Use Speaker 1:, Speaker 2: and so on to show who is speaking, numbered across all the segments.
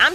Speaker 1: I'm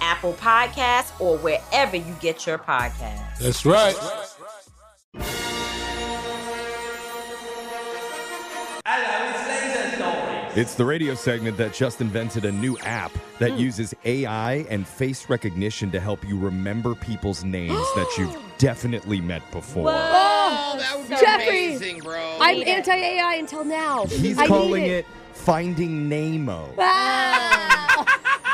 Speaker 1: Apple Podcasts, or wherever you get your podcasts.
Speaker 2: That's right.
Speaker 3: It's the radio segment that just invented a new app that uses AI and face recognition to help you remember people's names that you've definitely met before.
Speaker 1: Oh, that would
Speaker 4: Jeffrey, I'm anti AI until now.
Speaker 3: He's calling it. Finding Nemo. Ah.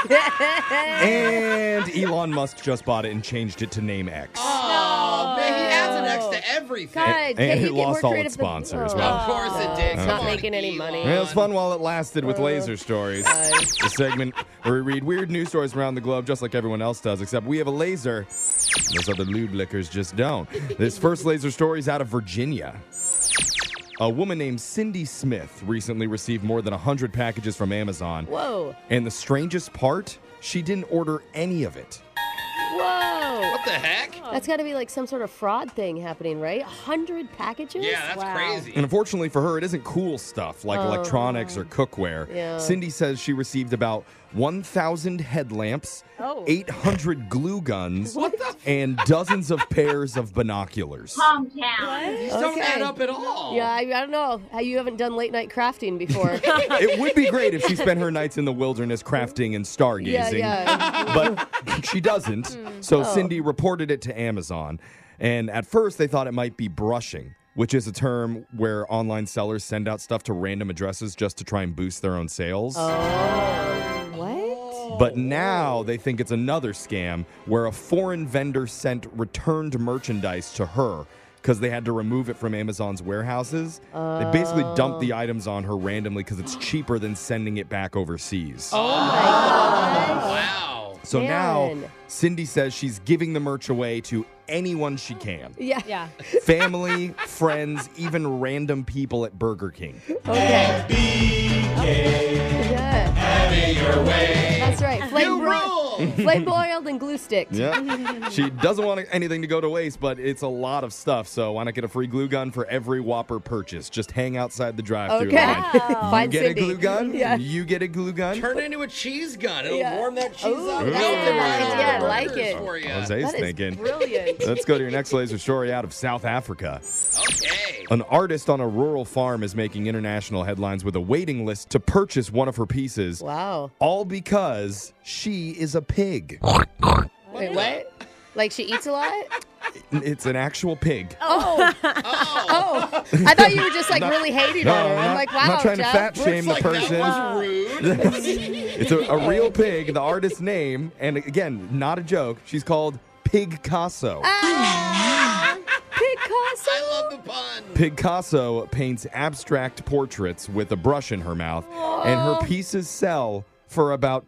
Speaker 3: and Elon Musk just bought it and changed it to Name X.
Speaker 5: Oh, man, he adds an X to everything.
Speaker 3: and and it lost all its sponsors.
Speaker 5: Of
Speaker 3: Well,
Speaker 5: course it did.
Speaker 3: It's
Speaker 5: Come
Speaker 3: not
Speaker 5: on,
Speaker 3: making
Speaker 5: any money.
Speaker 3: Well, it was fun while it lasted
Speaker 4: Uh,
Speaker 3: with Laser Stories, the segment where we read weird news stories around the globe, just like everyone else does, except we have a laser. Those other lube lickers just don't. This first laser story is out of Virginia. A woman named Cindy Smith recently received more than 100 packages from Amazon.
Speaker 5: Whoa.
Speaker 3: And the strangest part, she didn't order any of it.
Speaker 5: Whoa. What the heck?
Speaker 4: That's got to be like some sort of fraud thing happening, right? A hundred packages?
Speaker 5: Yeah, that's
Speaker 3: And
Speaker 5: crazy.
Speaker 3: unfortunately for her, it isn't cool stuff like electronics or cookware. Cindy says she received about 1,000 headlamps, 800 glue guns, and dozens of pairs of binoculars.
Speaker 5: These don't add up at all.
Speaker 4: Yeah, I, I don't know how you haven't done late night crafting before.
Speaker 3: It would be great if she spent her nights in the wilderness crafting and stargazing,
Speaker 4: yeah, yeah. Mm. Oh.
Speaker 3: but she doesn't. So Cindy reported it to Amazon. And at first, they thought it might be brushing. Which is a term where online sellers send out stuff to random addresses just to try and boost their own sales.
Speaker 4: Oh. What?
Speaker 3: But now they think it's another scam where a foreign vendor sent returned merchandise to her because they had to remove it from Amazon's warehouses. They basically dumped the items on her randomly because it's cheaper than sending it back overseas.
Speaker 5: Wow.
Speaker 3: so now
Speaker 4: man.
Speaker 3: Cindy says she's giving the merch away to anyone she can
Speaker 4: Yeah. Yeah.
Speaker 3: family, friends, even random people at Burger King.
Speaker 4: yeah. That's right. Flame,
Speaker 5: You rule.
Speaker 4: flame boiled and glue sticked.
Speaker 3: Yeah. she doesn't want anything to go to waste, but it's a lot of stuff. So why not get a free glue gun for every Whopper purchase? Just hang outside the drive-through
Speaker 4: Okay.
Speaker 3: line. You
Speaker 4: Find
Speaker 3: get
Speaker 4: Cindy.
Speaker 3: a glue gun.
Speaker 4: Yeah.
Speaker 3: You get a glue gun.
Speaker 5: Turn it into a cheese gun. It'll
Speaker 4: Yeah. Oh.
Speaker 5: warm that cheese
Speaker 4: Ooh,
Speaker 5: up.
Speaker 4: yeah.
Speaker 5: Melt it right into
Speaker 4: Yeah,
Speaker 5: the
Speaker 4: I like
Speaker 5: burgers
Speaker 4: it.
Speaker 5: For you.
Speaker 3: Jose's
Speaker 4: That is
Speaker 3: thinking.
Speaker 4: brilliant.
Speaker 3: Let's go to your next laser story out of South Africa.
Speaker 5: Okay.
Speaker 3: An artist on a rural farm is making international headlines with a waiting list to purchase one of her pieces,
Speaker 4: Wow.
Speaker 3: all because she is a pig.
Speaker 4: Wait, what? Like she eats a lot?
Speaker 3: it's an actual pig.
Speaker 6: Oh. oh. I thought you were just like
Speaker 3: Not-
Speaker 6: really hating
Speaker 3: no,
Speaker 6: on her. I'm
Speaker 3: not-
Speaker 6: like, wow,
Speaker 3: I'm not trying to
Speaker 6: Jeff.
Speaker 3: fat shame the person. it's a, a real pig, the artist's name, and again, not a joke. She's called Pigcasso.
Speaker 6: Ah. Picasso.
Speaker 5: I love the pun.
Speaker 3: Picasso paints abstract portraits with a brush in her mouth, and her pieces sell for about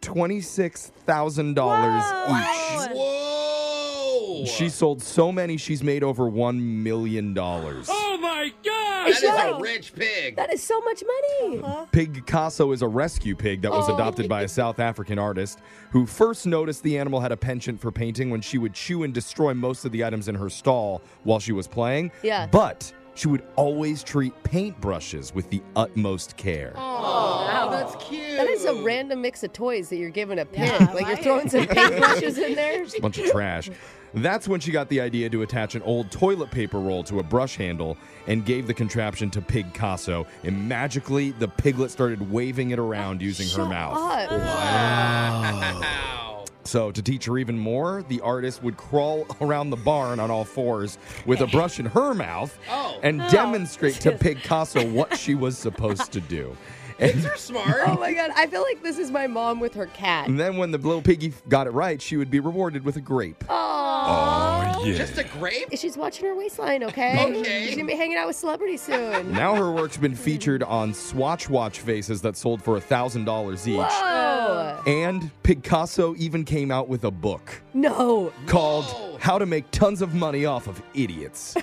Speaker 3: $26,000
Speaker 5: Whoa.
Speaker 3: each. She sold so many, she's made over $1 million.
Speaker 5: Oh my god! That is
Speaker 6: Is that-
Speaker 5: a rich pig.
Speaker 6: That is so much money.
Speaker 3: Pig Picasso is a rescue pig that was
Speaker 6: Oh.
Speaker 3: adopted by a South African artist who first noticed the animal had a penchant for painting when she would chew and destroy most of the items in her stall while she was playing.
Speaker 6: Yeah.
Speaker 3: But she would always treat paintbrushes with the utmost care.
Speaker 6: Oh, that's cute. That is a random mix of toys that you're giving a pig. like you're throwing some paintbrushes in there.
Speaker 3: Just a bunch of trash. That's when she got the idea to attach an old toilet paper roll to a brush handle and gave the contraption to Pig Casso. And magically, the piglet started waving it around using her mouth.
Speaker 6: up.
Speaker 5: Wow.
Speaker 3: So, to teach her even more, the artist would crawl around the barn on all fours with a brush in her mouth
Speaker 5: Oh.
Speaker 3: and
Speaker 5: Oh.
Speaker 3: demonstrate to Picasso what she was supposed to do. And,
Speaker 6: Oh my god, I feel like this is my mom with her cat.
Speaker 3: and then, when the little piggy got it right, she would be rewarded with a grape.
Speaker 6: Oh,
Speaker 3: yeah. Just
Speaker 5: a grape?
Speaker 6: She's watching her waistline, okay? okay. She's gonna be hanging out with celebrities soon.
Speaker 3: Now, her work's been featured on Swatch Watch faces that sold for $1,000 each.
Speaker 6: Whoa.
Speaker 3: And Picasso even came out with a book
Speaker 6: No.
Speaker 3: called How to Make Tons of Money Off of Idiots.
Speaker 5: Do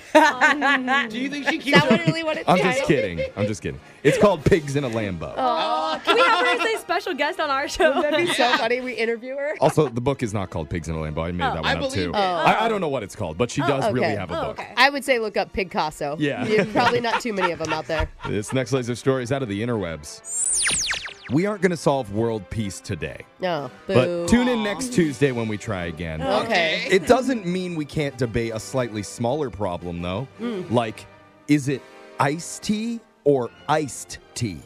Speaker 5: you think she keeps?
Speaker 6: Um, that what really what it's
Speaker 3: I'm just kidding. I'm just kidding. It's called Pigs in a Lambo.
Speaker 6: Oh,
Speaker 7: Can we have her as a special guest on our show?
Speaker 6: That'd be so funny. We interview her.
Speaker 3: Also, the book is not called Pigs in a Lambo. I made
Speaker 6: Oh,
Speaker 3: that one
Speaker 6: I
Speaker 3: up
Speaker 6: believe
Speaker 3: too.
Speaker 6: it. Oh.
Speaker 3: I, I don't know what it's called, but she
Speaker 6: Oh,
Speaker 3: does really
Speaker 6: okay.
Speaker 3: have a
Speaker 6: Oh,
Speaker 3: book.
Speaker 6: okay. I would say look up Picasso.
Speaker 3: Yeah.
Speaker 6: You're probably not too many of them out there.
Speaker 3: This next laser story is out of the interwebs. We aren't going to solve world peace today,
Speaker 6: No. Boo.
Speaker 3: but tune in next Tuesday when we try again.
Speaker 6: Okay.
Speaker 3: It doesn't mean we can't debate a slightly smaller problem, though.
Speaker 6: Mm.
Speaker 3: Like, is it iced tea or iced tea?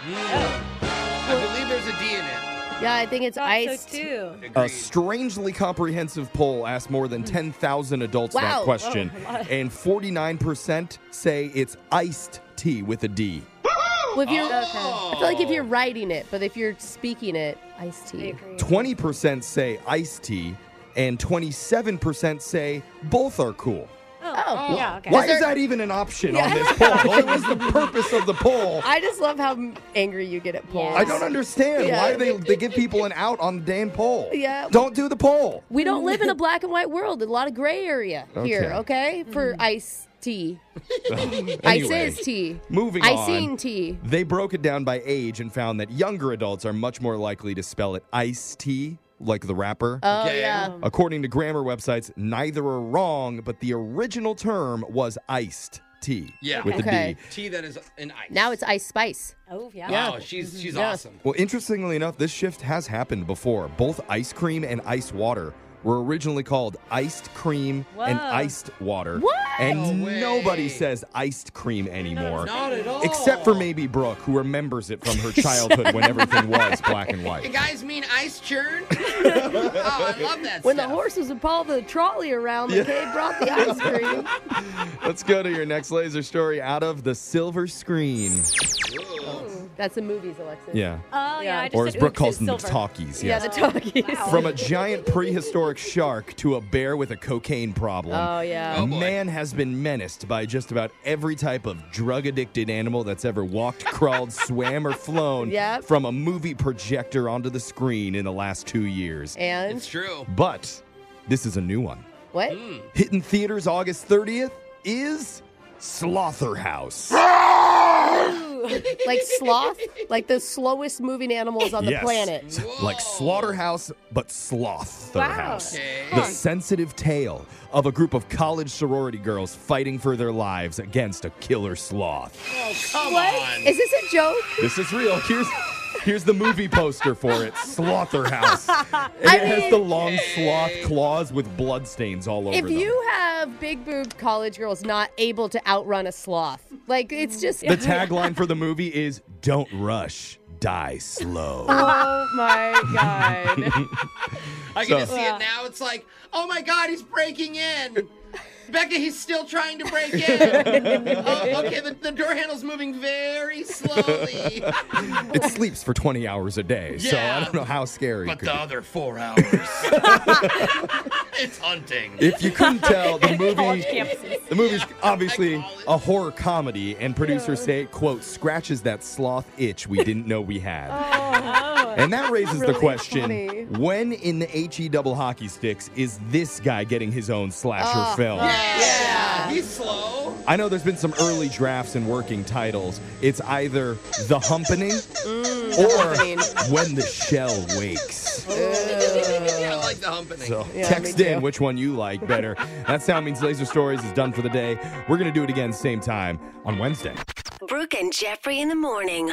Speaker 5: I believe there's a D in it.
Speaker 6: Yeah, I think it's ice.
Speaker 7: too.
Speaker 3: A strangely comprehensive poll asked more than 10,000 adults
Speaker 6: Mm. Wow.
Speaker 3: that question,
Speaker 6: Oh, a lot.
Speaker 3: and 49% say it's iced tea with a D.
Speaker 6: Well, if you're, I feel like if you're writing it, but if you're speaking it, iced tea.
Speaker 3: 20% say iced tea, and 27% say both are cool.
Speaker 6: Oh,
Speaker 3: Wh- Why is that even an option on this poll? What was the purpose of the poll?
Speaker 6: I just love how m- angry you get at polls.
Speaker 3: I don't understand
Speaker 6: Yeah.
Speaker 3: why they they give people an out on the damn poll.
Speaker 6: Yeah.
Speaker 3: Don't do the poll.
Speaker 6: We don't live in a black and white world. A lot of gray area here, okay? For iced tea. Ice
Speaker 3: Anyway,
Speaker 6: is tea.
Speaker 3: Moving
Speaker 6: Icing
Speaker 3: on.
Speaker 6: tea.
Speaker 3: They broke it down by age and found that younger adults are much more likely to spell it ice tea, like the rapper.
Speaker 6: Oh, Okay. yeah.
Speaker 3: According to grammar websites, neither are wrong, but the original term was iced tea.
Speaker 5: Yeah.
Speaker 3: With a
Speaker 6: Okay.
Speaker 3: D.
Speaker 5: Tea that is an ice.
Speaker 6: Now it's ice spice. Oh, yeah.
Speaker 5: Wow, she's she's
Speaker 6: Yeah.
Speaker 5: awesome.
Speaker 3: Well, interestingly enough, this shift has happened before. Both ice cream and ice water were originally called iced cream and
Speaker 5: Whoa.
Speaker 3: iced water.
Speaker 5: What?
Speaker 3: And
Speaker 5: No way.
Speaker 3: nobody says iced cream anymore.
Speaker 5: Not at all.
Speaker 3: Except for maybe Brooke, who remembers it from her childhood when everything was black and
Speaker 5: You
Speaker 3: white.
Speaker 5: guys mean ice churn? oh, I love that.
Speaker 6: When the horses would pull the trolley around, the
Speaker 3: Yeah.
Speaker 6: kid brought the ice cream.
Speaker 3: Let's go to your next laser story out of the silver screen.
Speaker 6: That's the movies, Alexis.
Speaker 3: Yeah.
Speaker 6: Oh, yeah.
Speaker 3: Or as Brooke calls them, the talkies.
Speaker 6: Yeah, the talkies.
Speaker 3: From a giant prehistoric shark to a bear with a cocaine problem.
Speaker 6: Oh, yeah. Oh, boy.
Speaker 3: man has been menaced by just about every type of drug addicted animal that's ever walked, crawled, swam, or flown
Speaker 6: Yep.
Speaker 3: from a movie projector onto the screen in the last two years.
Speaker 6: And?
Speaker 5: It's true.
Speaker 3: But this is a new one.
Speaker 6: What?
Speaker 3: Hitting theaters August 30th is Slaughterhouse.
Speaker 6: like sloth, like the slowest moving animals on the
Speaker 3: Yes.
Speaker 6: planet.
Speaker 3: Like slaughterhouse, but sloth
Speaker 6: Wow.
Speaker 3: house.
Speaker 6: Okay.
Speaker 3: The
Speaker 6: Huh.
Speaker 3: sensitive tale of a group of college sorority girls fighting for their lives against a killer sloth.
Speaker 6: Oh,
Speaker 5: come
Speaker 6: on. Is this a joke?
Speaker 3: This is real. Here's here's the movie poster for it. Slaughterhouse. And
Speaker 6: I
Speaker 3: it has
Speaker 6: mean-
Speaker 3: the long sloth claws with bloodstains all over
Speaker 6: If
Speaker 3: them.
Speaker 6: you have big boob college girls not able to outrun a sloth, like it's just
Speaker 3: the tagline for the movie is "Don't rush, die slow."
Speaker 6: Oh my god.
Speaker 5: I can
Speaker 3: So-
Speaker 5: just see it now. It's like, oh my God, he's breaking in. Becca, he's still trying to break in. oh, okay, the, the door handle's moving very slowly.
Speaker 3: it sleeps for 20 hours a day, so I
Speaker 5: Yeah.
Speaker 3: don't know how scary it
Speaker 5: but
Speaker 3: could
Speaker 5: the
Speaker 3: be.
Speaker 5: other four hours, it's hunting.
Speaker 3: If you couldn't tell, the
Speaker 5: College
Speaker 3: movie
Speaker 5: campuses.
Speaker 3: the movie's obviously a horror comedy, and producers say, quote, scratches that sloth itch we didn't know we had.
Speaker 5: Oh,
Speaker 3: And that raises the question when in the HE double hockey sticks is this guy getting his own slasher
Speaker 5: Oh,
Speaker 3: film?
Speaker 5: Yeah, he's slow.
Speaker 3: I know there's been some early drafts and working titles. It's either The Humpening
Speaker 5: Mm.
Speaker 3: or When the Shell Wakes.
Speaker 5: I like the humping.
Speaker 3: So
Speaker 5: Yeah,
Speaker 3: text
Speaker 5: me
Speaker 3: in which one you like better. that sound means Laser Stories is done for the day. We're going to do it again same time on Wednesday.
Speaker 8: Brooke and Jeffrey in the morning.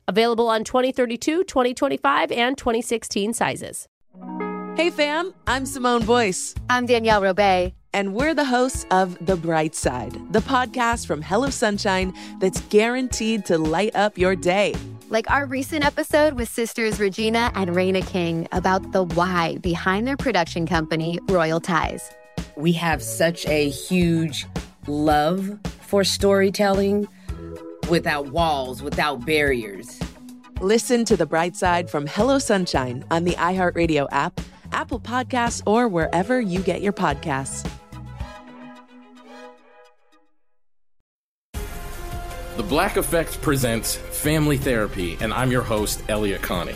Speaker 6: Available on 2032, 2025, and 2016 sizes.
Speaker 9: Hey, fam, I'm Simone Boyce.
Speaker 4: I'm Danielle Robay.
Speaker 9: And we're the hosts of The Bright Side, the podcast from Hello Sunshine that's guaranteed to light up your day.
Speaker 4: Like our recent episode with sisters Regina and Raina King about the why behind their production company, Royal Ties.
Speaker 10: We have such a huge love for storytelling without walls, without barriers.
Speaker 9: Listen to The Bright Side from Hello Sunshine on the iHeartRadio app, Apple Podcasts, or wherever you get your podcasts.
Speaker 11: The Black Effect presents Family Therapy, and I'm your host, Elia Connie.